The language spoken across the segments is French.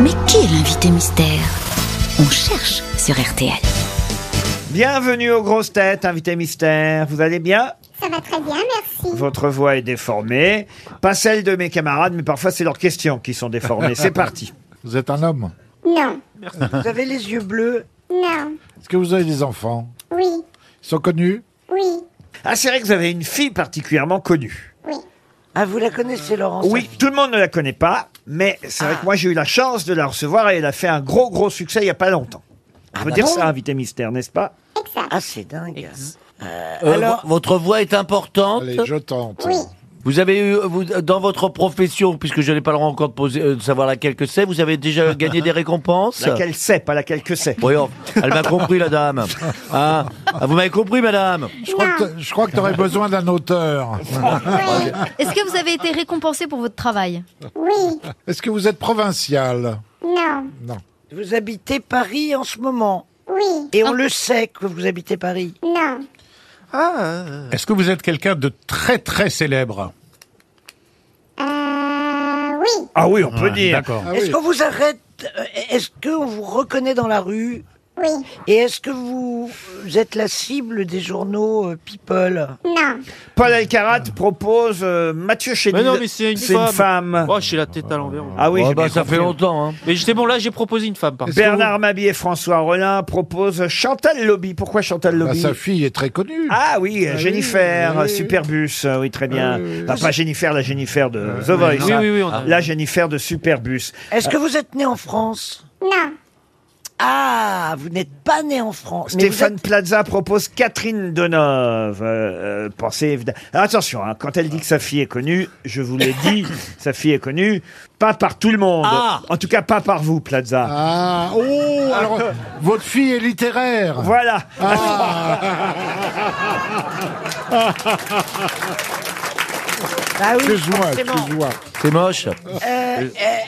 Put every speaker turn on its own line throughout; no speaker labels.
Mais qui est l'invité mystère On cherche sur RTL.
Bienvenue aux grosses têtes, invité mystère. Vous allez bien
Ça va très bien, merci.
Votre voix est déformée. Pas celle de mes camarades, mais parfois c'est leurs questions qui sont déformées. C'est parti.
Vous êtes un homme
Non,
Vous avez les yeux bleus.
non,
Est-ce que vous avez des enfants
oui,
Ils sont connus
oui,
Ah, c'est vrai que vous avez une fille particulièrement connue.
oui.
Ah, vous la connaissez, Laurence
Oui, tout le monde ne la connaît pas, mais c'est vrai que moi j'ai eu la chance de la recevoir et elle a fait un gros gros succès il n'y a pas longtemps. On peut
bah
dire
bon
Ah, ça, invité mystère, n'est-ce pas
Exact.
Ah, c'est dingue. Euh,
Euh,
alors,
vo- votre voix est importante.
Allez, je tente.
Oui,
Vous avez eu, vous, dans votre profession, puisque je n'ai pas le droit encore de, poser, euh, de savoir laquelle que c'est, vous avez déjà gagné des récompenses
Laquelle c'est, pas laquelle que c'est.
Voyons, elle m'a compris, la dame. Hein Ah, vous m'avez compris, madame
Je crois que, je crois que t'aurais besoin d'un auteur.
Est-ce que vous avez été récompensé pour votre travail
oui,
Est-ce que vous êtes provincial
non,
vous habitez Paris en ce moment.
oui,
Et on le sait que vous habitez Paris.
non,
Ah. Est-ce que vous êtes quelqu'un de très très célèbre
euh, oui,
Ah oui, on peut dire.
D'accord.
Ah
est-ce
oui.
qu'on vous arrête euh, Est-ce qu'on vous reconnaît dans la rue
oui,
Et est-ce que vous, vous êtes la cible des journaux euh, People
non,
Paul Alcarat propose euh, Mathieu Chédid.
Mais non, mais c'est une
C'est une
femme.
femme.
Oh, j'ai la tête à l'envers.
Ah oui,
Oh,
j'ai
bah,
bien
Ça
compris.
fait longtemps. Hein.
Mais j'étais bon, là, j'ai proposé une femme, par contre.
Bernard Mabie et François Rollin proposent Chantal Lobby. Pourquoi Chantal
Bah,
Lobby
sa fille est très connue.
Ah oui, euh,
oui,
Jennifer,
oui, oui.
Superbus, euh, oui très bien.
Ah oui, oui.
Bah, pas Jennifer, la Jennifer de The Voice.
oui,
hein.
oui, oui, on
Ah.
a-
La Jennifer de Superbus.
Est-ce que vous êtes né en France
non,
Ah, vous n'êtes pas né en France. mais vous
Stéphane
êtes-
Plaza propose Catherine Deneuve. Euh, euh, pensez évidemment. Attention, hein, quand elle dit que sa fille est connue, je vous l'ai dit, sa fille est connue, pas par tout le monde.
Ah
en tout cas, pas par vous, Plaza.
Ah, oh Alors, votre fille est littéraire.
Voilà.
Ah oui,
Excuse-moi,
forcément.
excuse-moi.
C'est moche.
Euh, euh,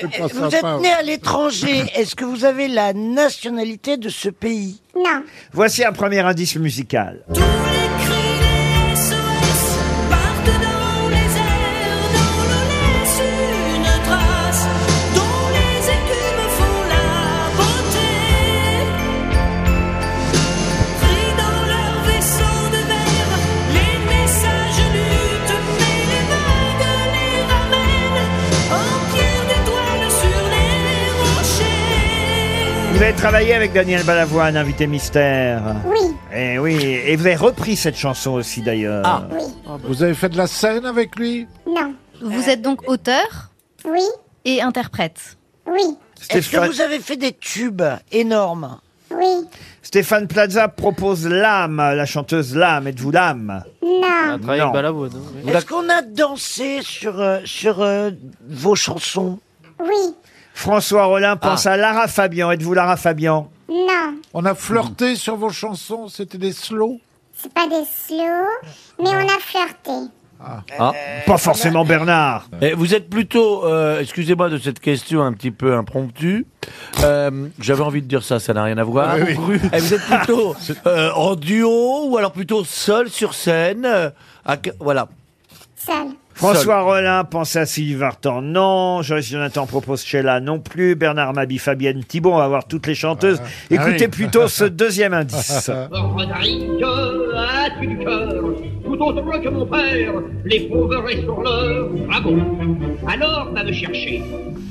c'est pas
euh, vous
sympa.
êtes né à l'étranger. Est-ce que vous avez la nationalité de ce pays
non,
Voici un premier indice musical.
Tous les cris des SOS partent dans les airs, dans l'eau laisse une trace dont les écumes font la beauté. Pris dans leur vaisseau de verre, les messages luttent, mais les vagues les ramènent en pierre d'étoiles sur les rochers.
Vous avez travaillé avec Daniel Balavoine, invité mystère.
oui,
Eh oui, et vous avez repris cette chanson aussi d'ailleurs.
Ah.
oui,
Vous avez fait de la scène avec lui
non,
Vous êtes donc auteur
oui,
et interprète.
oui,
Est-ce que
Stéphane-
vous avez fait des tubes énormes
oui,
Stéphane Plaza propose l'âme, la chanteuse l'âme, êtes-vous l'âme
On
Ah.
a
non,
travaillé
Non.
avec Balavoine. hein, oui.
Est-ce qu'on a dansé sur, euh, sur euh, vos chansons
oui,
François Rollin pense
Ah.
à Lara Fabian, êtes-vous Lara Fabian
non.
On a flirté sur vos chansons, c'était des slows
C'est pas des slow, mais on a flirté.
Pas forcément Bernard.
Euh,
Eh, vous êtes plutôt, euh, excusez-moi de cette question un petit peu impromptue. Euh, J'avais envie de dire ça, ça n'a rien à voir. Eh, vous êtes plutôt euh, en duo ou alors plutôt seul sur scène. euh, à que- voilà.
Seul,
François Rollin pense à Sylvie Vartan, non. Joyce Jonathan propose Sheila, non plus. Bernard Mabi, Fabienne Thibault, on va voir toutes les chanteuses.
Ah.
Écoutez plutôt ce deuxième indice.
tu du cœur, tout autre que mon père, les prouverais sur l'heure. Ah bon Alors va me chercher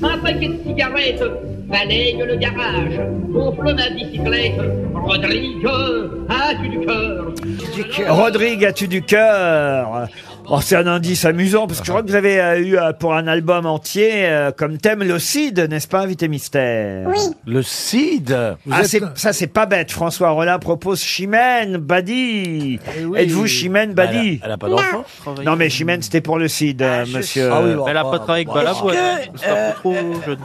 un paquet de cigarettes, balaye le garage, gonfle ma bicyclette. Rodrigue, as-tu du cœur
Rodrigue, as-tu du cœur Oh, c'est un indice amusant, parce que je crois que vous avez euh, eu euh, pour un album entier euh, comme thème le CID, n'est-ce pas, Invité Mystère
oui,
Le CID.
Ah,
êtes-
c'est- ça, c'est pas bête. François Rollin propose Chimène Badi.
Eh oui.
Êtes-vous Chimène Badi
Elle n'a pas d'enfant.
Travaillé.
Non, mais Chimène, c'était pour le CID, euh,
je
monsieur.
Ah oui,
Mais Elle a pas travaillé avec Balavoine.
Est-ce
hein.
que, euh,
C'est
euh,
un peu trop jeune.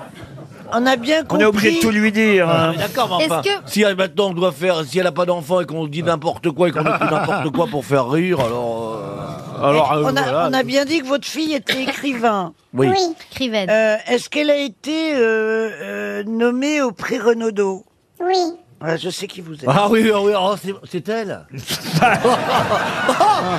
On a bien
On
compris.
est obligé de tout lui dire. hein.
D'accord, mais
Est-ce
enfin,
que-
si euh, maintenant on doit faire, si elle n'a pas d'enfant et qu'on dit n'importe quoi et qu'on écrit n'importe quoi pour faire rire, alors. euh,
Alors, euh,
on, a,
voilà.
on a bien dit que votre fille était écrivain.
oui.
oui,
Écrivaine.
Euh, Est-ce qu'elle a été euh, euh, nommée au prix Renaudot
oui,
Ouais, je sais qui vous êtes.
Ah oui, ah oui, oh, c'est- c'est elle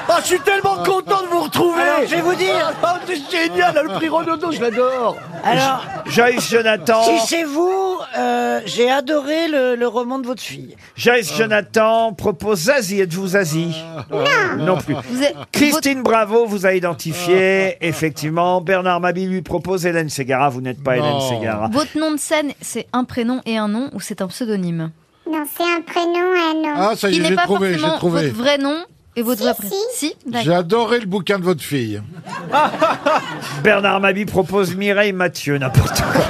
Ah, je suis tellement content de vous retrouver
Alors, je vais vous dire.
Ah, c'est génial, le prix Renaudot, je l'adore
Alors,
Bah, Joyce Jonathan.
Oh.
si c'est vous, euh, j'ai adoré le, le roman de votre fille.
Joyce Jonathan propose Zazie. Êtes-vous Zazie Non. plus.
Vous êtes-
Christine Bravo vous a
Ah,
identifié, effectivement. Bernard Mabille lui propose Hélène Ségara. Vous n'êtes pas
Non.
Hélène Ségara.
Votre nom de scène, c'est un prénom et un nom ou c'est un pseudonyme
Non, c'est un prénom et un nom.
Ah, ça y
Qui
est,
n'est
j'ai
pas
trouvé, j'ai
forcément
trouvé.
votre vrai nom et votre
Si,
vrai prénom.
si.
Si,
J'ai
d'accord.
adoré le bouquin de votre fille.
Bernard Mabille propose Mireille Mathieu, n'importe quoi.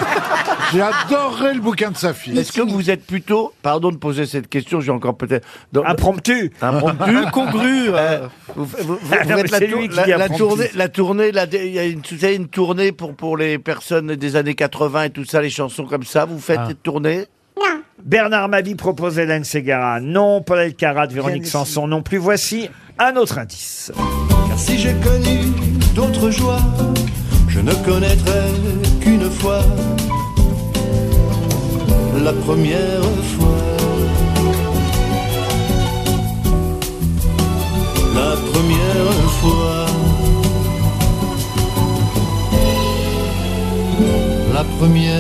J'ai adoré le bouquin de sa fille.
Est-ce que vous êtes plutôt, pardon de poser cette question, j'ai encore peut-être... dans-
Ah, Impromptu.
Impromptu, congru. euh, vous vous- vous- vous
Ah non, mais
faites la,
c'est
tour-
lui qui
la-
dit
la
apprenti.
tournée, la tournée, la dé- il y a une, vous savez, une tournée pour, pour les personnes des années 80 et tout ça, les chansons comme ça. Vous
Ah.
faites cette tournée
Non,
Bernard Mabie propose Hélène Ségara. Non. Paul Elkarat, Véronique
ici.
Sanson, non plus. Voici un autre indice.
Car si j'ai connu d'autres joies, je ne connaîtrai qu'une fois la première fois. La première fois. La
Euh,
première.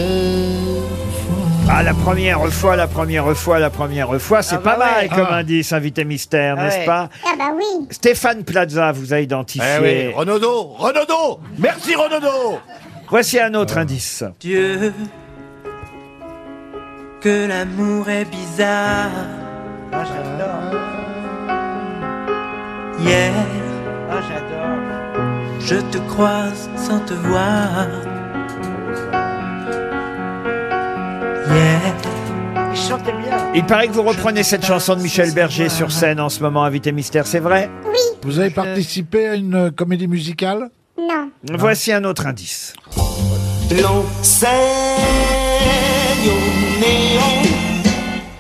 Ah, la première fois, la première fois, la première fois. C'est
Ah
pas
bah
mal
ouais.
comme
Ah.
indice, invité mystère,
Ah
n'est-ce
ouais. Eh
pas
ah bah oui.
Stéphane Plaza vous a identifié.
Eh Renaudot, Renaudot Merci Renaudot
Voici un autre indice.
Dieu, que l'amour est bizarre.
Ah, j'adore.
Hier,
Ah, j'adore.
je te croise sans te voir.
Ah,
Hier,
Il chantait bien.
Il paraît que vous reprenez cette chanson de Michel Berger sur scène en ce moment, invité mystère, c'est vrai
Vous avez participé à une euh, comédie musicale
Non,
Voici un autre indice.
L'enseigne au néon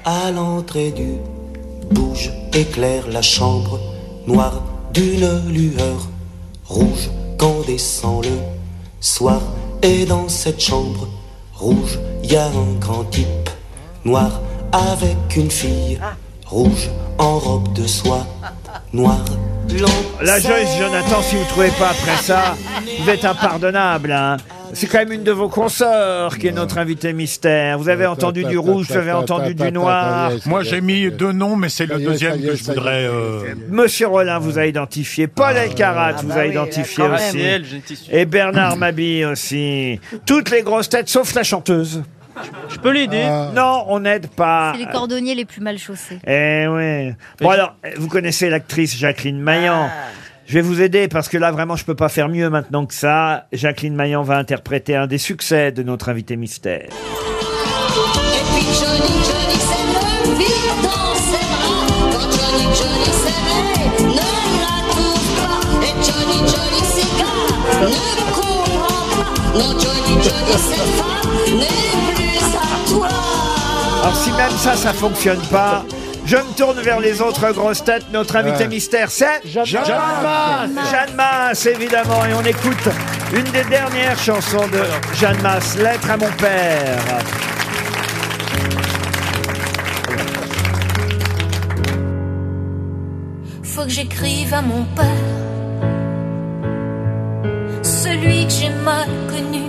à l'entrée du bouge éclaire la chambre noire d'une lueur rouge quand descend le soir et dans cette chambre rouge il y a un grand type noir avec une fille
Ah.
rouge en robe de soie noire
La Joyce Jonathan, si vous ne trouvez pas après ça, vous êtes impardonnable. hein. C'est quand même une de vos consorts qui est notre invité mystère. Vous avez entendu du rouge, vous avez entendu du noir.
Moi, j'ai mis
deux noms, mais c'est
le deuxième que je voudrais, euh,
Monsieur Rollin vous a identifié. Paul Elkarat vous
bah
a
oui,
identifié
là, quand
C'est
aussi.
elle, j'ai une tissu.
Et Bernard Mabille aussi. Toutes les grosses têtes, sauf la chanteuse.
Je peux l'aider
Ah.
Non, on n'aide pas.
C'est les cordonniers les plus mal chaussés.
Eh ouais. Bon alors, euh, vous connaissez l'actrice Jacqueline Maillan. Je vais vous aider parce que là vraiment je peux pas faire mieux maintenant que ça. Jacqueline Maillan va interpréter un des succès de notre invité mystère.
Et puis Johnny, Johnny s'est vire dans ses bras. Quand Johnny, Johnny s'éveille, ne la trouve pas. Et Johnny, Johnny s'égare, ne comprend pas. Non, Johnny, Johnny s'efface, n'est plus à toi.
Alors si même ça ça fonctionne pas, je me tourne vers les autres grosses têtes. Notre invité mystère c'est
Jeanne
Jeanne Masse. Jeanne Masse, évidemment et on écoute une des dernières chansons de Jeanne Masse, Lettre à mon père.
faut que j'écrive à mon père, celui que j'ai mal connu,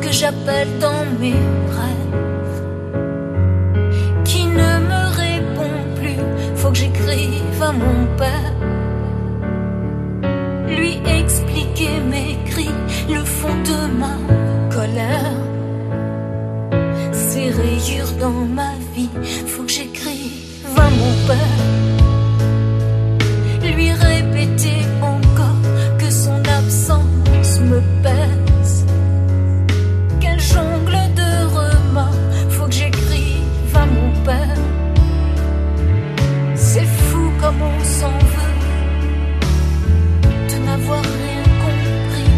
que j'appelle dans mes rêves, qui ne me répond plus, faut que j'écrive à mon père, lui expliquer mes cris, le fond de ma colère, ces rayures dans ma vie, faut que j'écrive à mon père lui répéter encore que son absence me pèse. Quel jongle de remords, faut que j'écrive à mon père. C'est fou comme on s'en veut de n'avoir rien compris.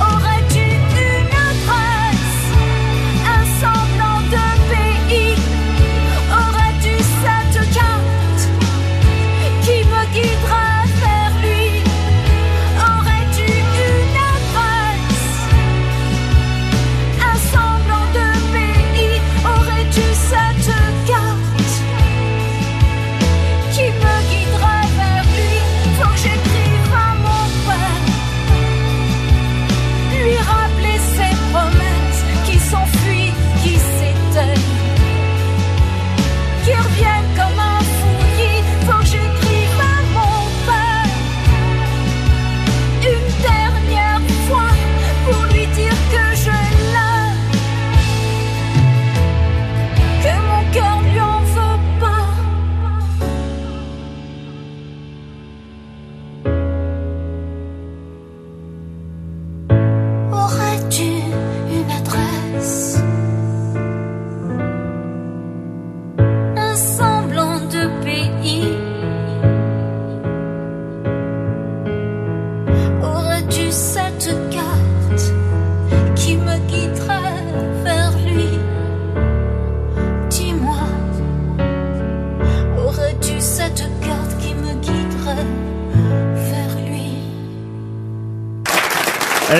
Aurais-tu une adresse, un semblant de pays?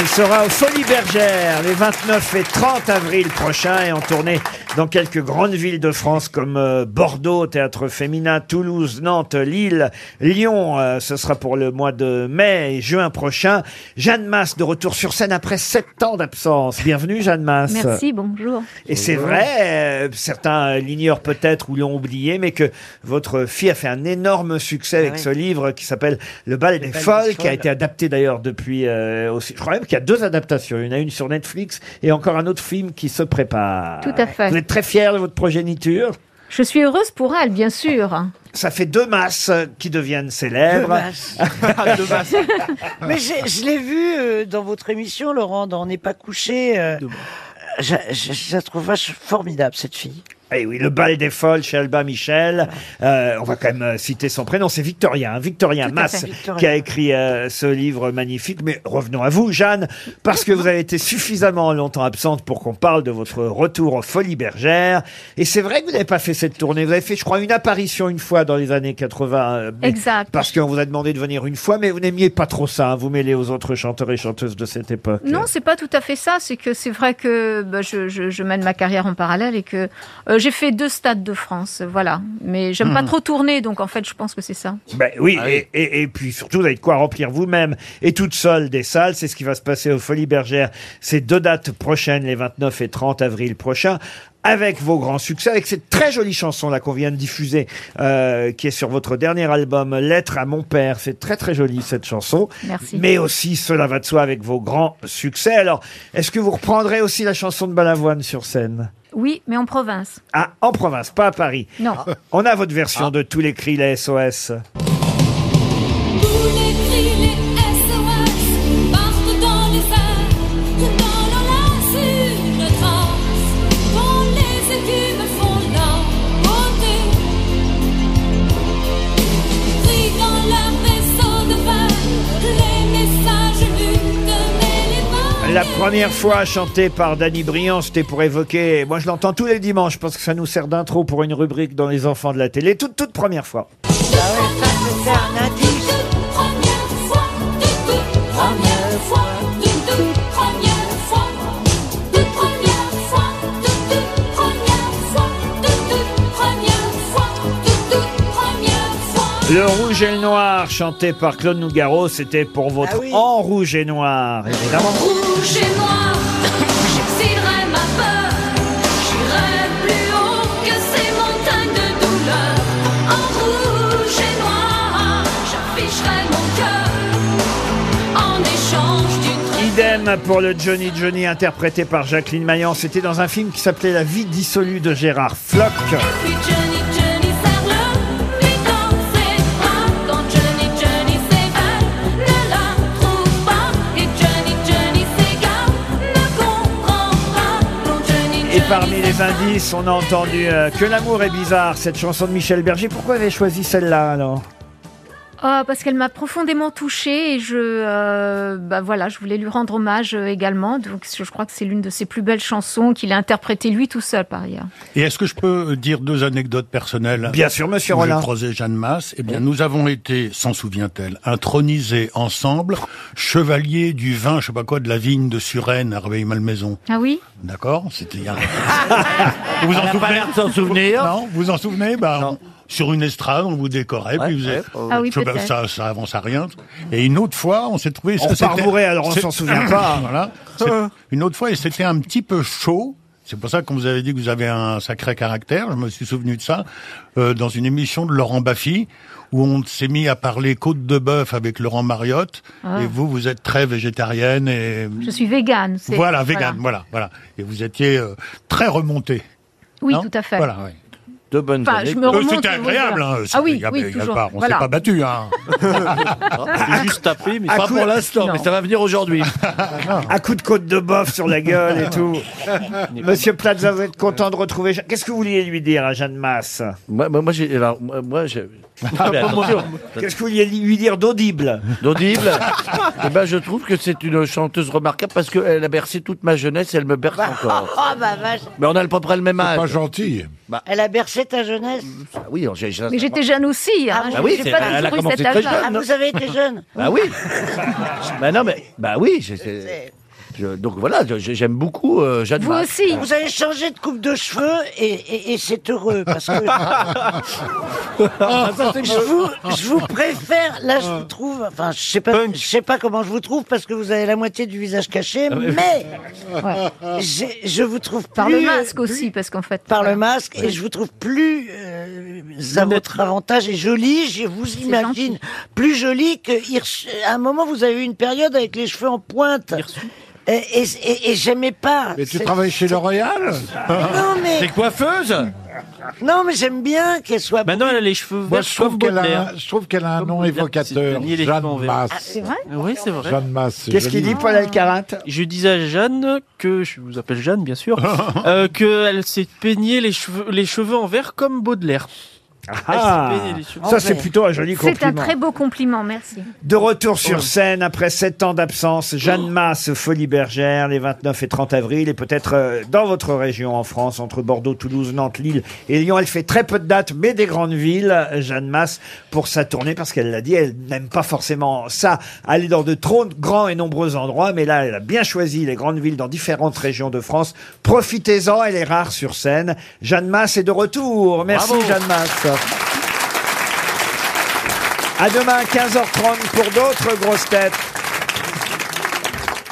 sera aux Folies Bergères les 29 et 30 avril prochains et en tournée dans quelques grandes villes de France comme euh, Bordeaux, Théâtre Féminin, Toulouse, Nantes, Lille, Lyon. Euh, ce sera pour le mois de mai et juin prochain. Jeanne Masse de retour sur scène après 7 ans d'absence. Bienvenue Jeanne Masse.
Merci, bonjour.
Et c'est vrai, euh, certains euh, l'ignorent peut-être ou l'ont oublié, mais que votre fille a fait un énorme succès avec
Ah oui.
ce livre qui s'appelle Le bal des
bal des
folles, qui a
folles.
été adapté d'ailleurs depuis euh, aussi. Je crois même qu'il y a deux adaptations. Il y en a une sur Netflix et encore un autre film qui se prépare.
Tout à fait.
Vous êtes très fiers de votre progéniture.
Je suis heureuse pour elle, bien sûr.
Ça fait deux masses euh, qui deviennent célèbres.
masses. Mais j'ai- je l'ai vu euh, dans votre émission, Laurent, dans On n'est pas couché. euh, je, je- je la trouve vache formidable, cette fille.
Eh oui, le bal des folles chez Alba Michel. Euh, on va quand même euh, citer son prénom, c'est Victorien, hein, Victorien
Tout à
Mass,
fait, Victorien.
qui a écrit euh, ce livre magnifique. Mais revenons à vous, Jeanne, parce que vous avez été suffisamment longtemps absente pour qu'on parle de votre retour aux Folies Bergères. Et c'est vrai que vous n'avez pas fait cette tournée. Vous avez fait, je crois, une apparition une fois dans les années 80. euh, mais-
Exact.
Parce qu'on vous a demandé de venir une fois, mais vous n'aimiez pas trop ça, hein, vous mêlez aux autres chanteurs et chanteuses de cette époque.
Non, c'est pas tout à fait ça. C'est que c'est vrai que bah, je, je- je mène ma carrière en parallèle et que euh, j'ai fait deux stades de France, euh, voilà. Mais j'aime pas
Mhm.
trop tourner, donc en fait, je pense que c'est ça.
Ben oui, et, et- et puis surtout, vous avez de quoi remplir vous-même et toute seule des salles. C'est ce qui va se passer aux Folies Bergères. Ces deux dates prochaines, les 29 et 30 avril prochains. Avec vos grands succès, avec cette très jolie chanson là qu'on vient de diffuser, euh, qui est sur votre dernier album, Lettre à mon père. C'est très très joli cette chanson.
Merci.
Mais aussi, cela va de soi avec vos grands succès. Alors, est-ce que vous reprendrez aussi la chanson de Balavoine sur scène
Oui, mais en province.
Ah, en province, pas à Paris.
Non.
On a votre version de tous les cris, les SOS.
Écris les SOS, partent dans les airs, dans le lac une trace, dont les écumes font la beauté. Pris dans leur vaisseau de verre, les messages luttent, mais les vagues
La première fois chantée par Danny Briand, c'était pour évoquer. Moi, je l'entends tous les dimanches parce que ça nous sert d'intro pour une rubrique dans les enfants de la télé. Toute, toute première fois.
Première fois, de toute première fois, de première fois, de toute première fois, de toute première fois, de toute première fois.
Le Rouge et le Noir, chanté par Claude Nougaro, c'était pour votre En Rouge et Noir, évidemment.
Rouge et noir, j'exilerai ma peur, j'irai plus haut que ces montagnes de douleur. En rouge et noir, j'afficherai mon cœur en échange d'une
Idem pour le Johnny Johnny, interprété par Jacqueline Maillan. C'était dans un film qui s'appelait La vie dissolue de Gérard Floch.
Puis Johnny Johnny serre-le, lui dans ses bras. Quand Johnny Johnny s'évade, ne la trouve pas. Et Johnny Johnny s'égare, ne comprend pas. Non, Johnny
Et parmi les indices, on a entendu euh, Que l'amour est bizarre, cette chanson de Michel Berger. Pourquoi avez-vous choisi celle-là alors
Ah, parce qu'elle m'a profondément touchée et je, euh, bah voilà, je voulais lui rendre hommage euh, également. Donc je crois que c'est l'une de ses plus belles chansons qu'il a interprétée lui tout seul par ailleurs.
Et est-ce que je peux euh, dire deux anecdotes personnelles
Bien sûr, monsieur
Où
Rollin.
J'ai croisé Jeanne Masse. Eh bien, nous avons été, s'en souvient-elle, intronisés ensemble, chevaliers du vin, je sais pas quoi, de la vigne de Suresnes à Réveil-Malmaison.
Ah oui
D'accord C'était il y a... vous vous en souvenez Non, vous vous en souvenez bah, Sur une estrade, on vous décorait, puis vous êtes...
Ah oui,
Je sais pas,
peut-être.
ça, ça avance à rien. Et une autre fois, on s'est trouvé...
On
ça, c'était-
parvoirait, alors on
c'est-
s'en souvient pas. Euh.
voilà. C'est- Une autre fois, et c'était un petit peu chaud. C'est pour ça qu'on vous avait dit que vous avez un sacré caractère. Je me suis souvenu de ça euh, dans une émission de Laurent Baffy où on s'est mis à parler côte de bœuf avec Laurent Mariotte.
Ah.
Et vous, vous êtes très végétarienne et
Je suis végane. c'est-
voilà, végane, voilà. voilà, Et vous étiez euh, très remonté.
Oui, tout à fait.
Voilà, oui. De bonnes
Enfin, années. je me remonte,
C'était
oui,
agréable.
voilà.
euh,
hein,
Ah
c'était-
oui,
y avait-
oui,
y avait
toujours.
pas- on
Voilà.
s'est pas battu. Hein.
C'est juste tapé, mais
Pas pour l'instant, mais ça
va venir aujourd'hui.
À coup de côte de bœuf sur la gueule et tout. Monsieur Plaza, vous êtes content de retrouver. Jean- Qu'est-ce que vous vouliez lui dire à Jeanne Masse
Moi, moi, moi, j'ai. alors, moi, moi, j'ai-
Ah,
Mais
pas moi.
attention.
Qu'est-ce que vous vouliez lui dire d'audible
D'audible Eh ben, je trouve que c'est une chanteuse remarquable parce qu'elle a bercé toute ma jeunesse et elle me berce encore.
Oh, bah vache.
Mais on a à peu près le même âge. pas gentil.
Elle a bercé ta jeunesse.
oui, j'ai- j'ai-
Mais j'étais jeune aussi. hein,
Ah oui,
j'ai
c'est-
pas
elle a
toujours eu
commencé
cet
très
âge-là.
jeune.
Ah, vous avez été jeune
Bah oui. bah non, mais bah oui. j'ai- c'est- Je- donc voilà, je- j'aime beaucoup euh, Jeanne
Vous
d'Arc.
aussi. Vous avez changé de coupe de cheveux et, et- et c'est heureux parce que. Ah, je, vous, je vous préfère. Là, je vous trouve. Enfin, je sais pas. Je sais pas comment je vous trouve parce que vous avez la moitié du visage caché,
Ah, mais-
mais j'ai- je vous trouve
Par le
plus-
masque aussi, parce qu'en fait.
Par le masque et je vous trouve plus euh, à votre avantage et jolie. Je vous imagine plus jolie que Hirsch- à un moment vous avez eu une période avec les cheveux en pointe. Et, et, et- et j'aimais pas.
Mais tu
C'est-
travailles chez
c'est-
L'Oréal
Non mais
coiffeuse
non mais j'aime bien qu'elle soit.
Maintenant, elle a les cheveux
Moi,
verts
je trouve
comme
qu'elle a,
Baudelaire.
un- je trouve qu'elle a un nom évocateur.
Ni les cheveux en
Jeanne
verre.
Ah,
Masse.
Ah Oui, c'est vrai.
Jeanne Masse. c'est joli.
Alcarat Je disais à Jeanne que, je vous appelle Jeanne bien sûr, euh, qu'elle s'est peignée les cheveux, les cheveux en vert comme Baudelaire.
Ah,
Elle s'est peignée les cheveux en
ça c'est
vert.
plutôt un joli
C'est un
compliment.
très beau compliment, merci.
De retour sur scène après sept ans d'absence, Jeanne Masse, Folie Bergère, les 29 et 30 avril, et peut-être euh, dans votre région en France, entre Bordeaux, Toulouse, Nantes, Lille et Lyon. Elle fait très peu de dates, mais des grandes villes, euh, Jeanne Masse, pour sa tournée, parce qu'elle l'a dit, elle n'aime pas forcément ça, aller dans de trop grands et nombreux endroits, mais là, elle a bien choisi les grandes villes dans différentes régions de France. Profitez-en, elle est rare sur scène. Jeanne Masse est de retour. Merci
Bravo.
Jeanne Masse. À demain, 15h30 pour d'autres grosses têtes.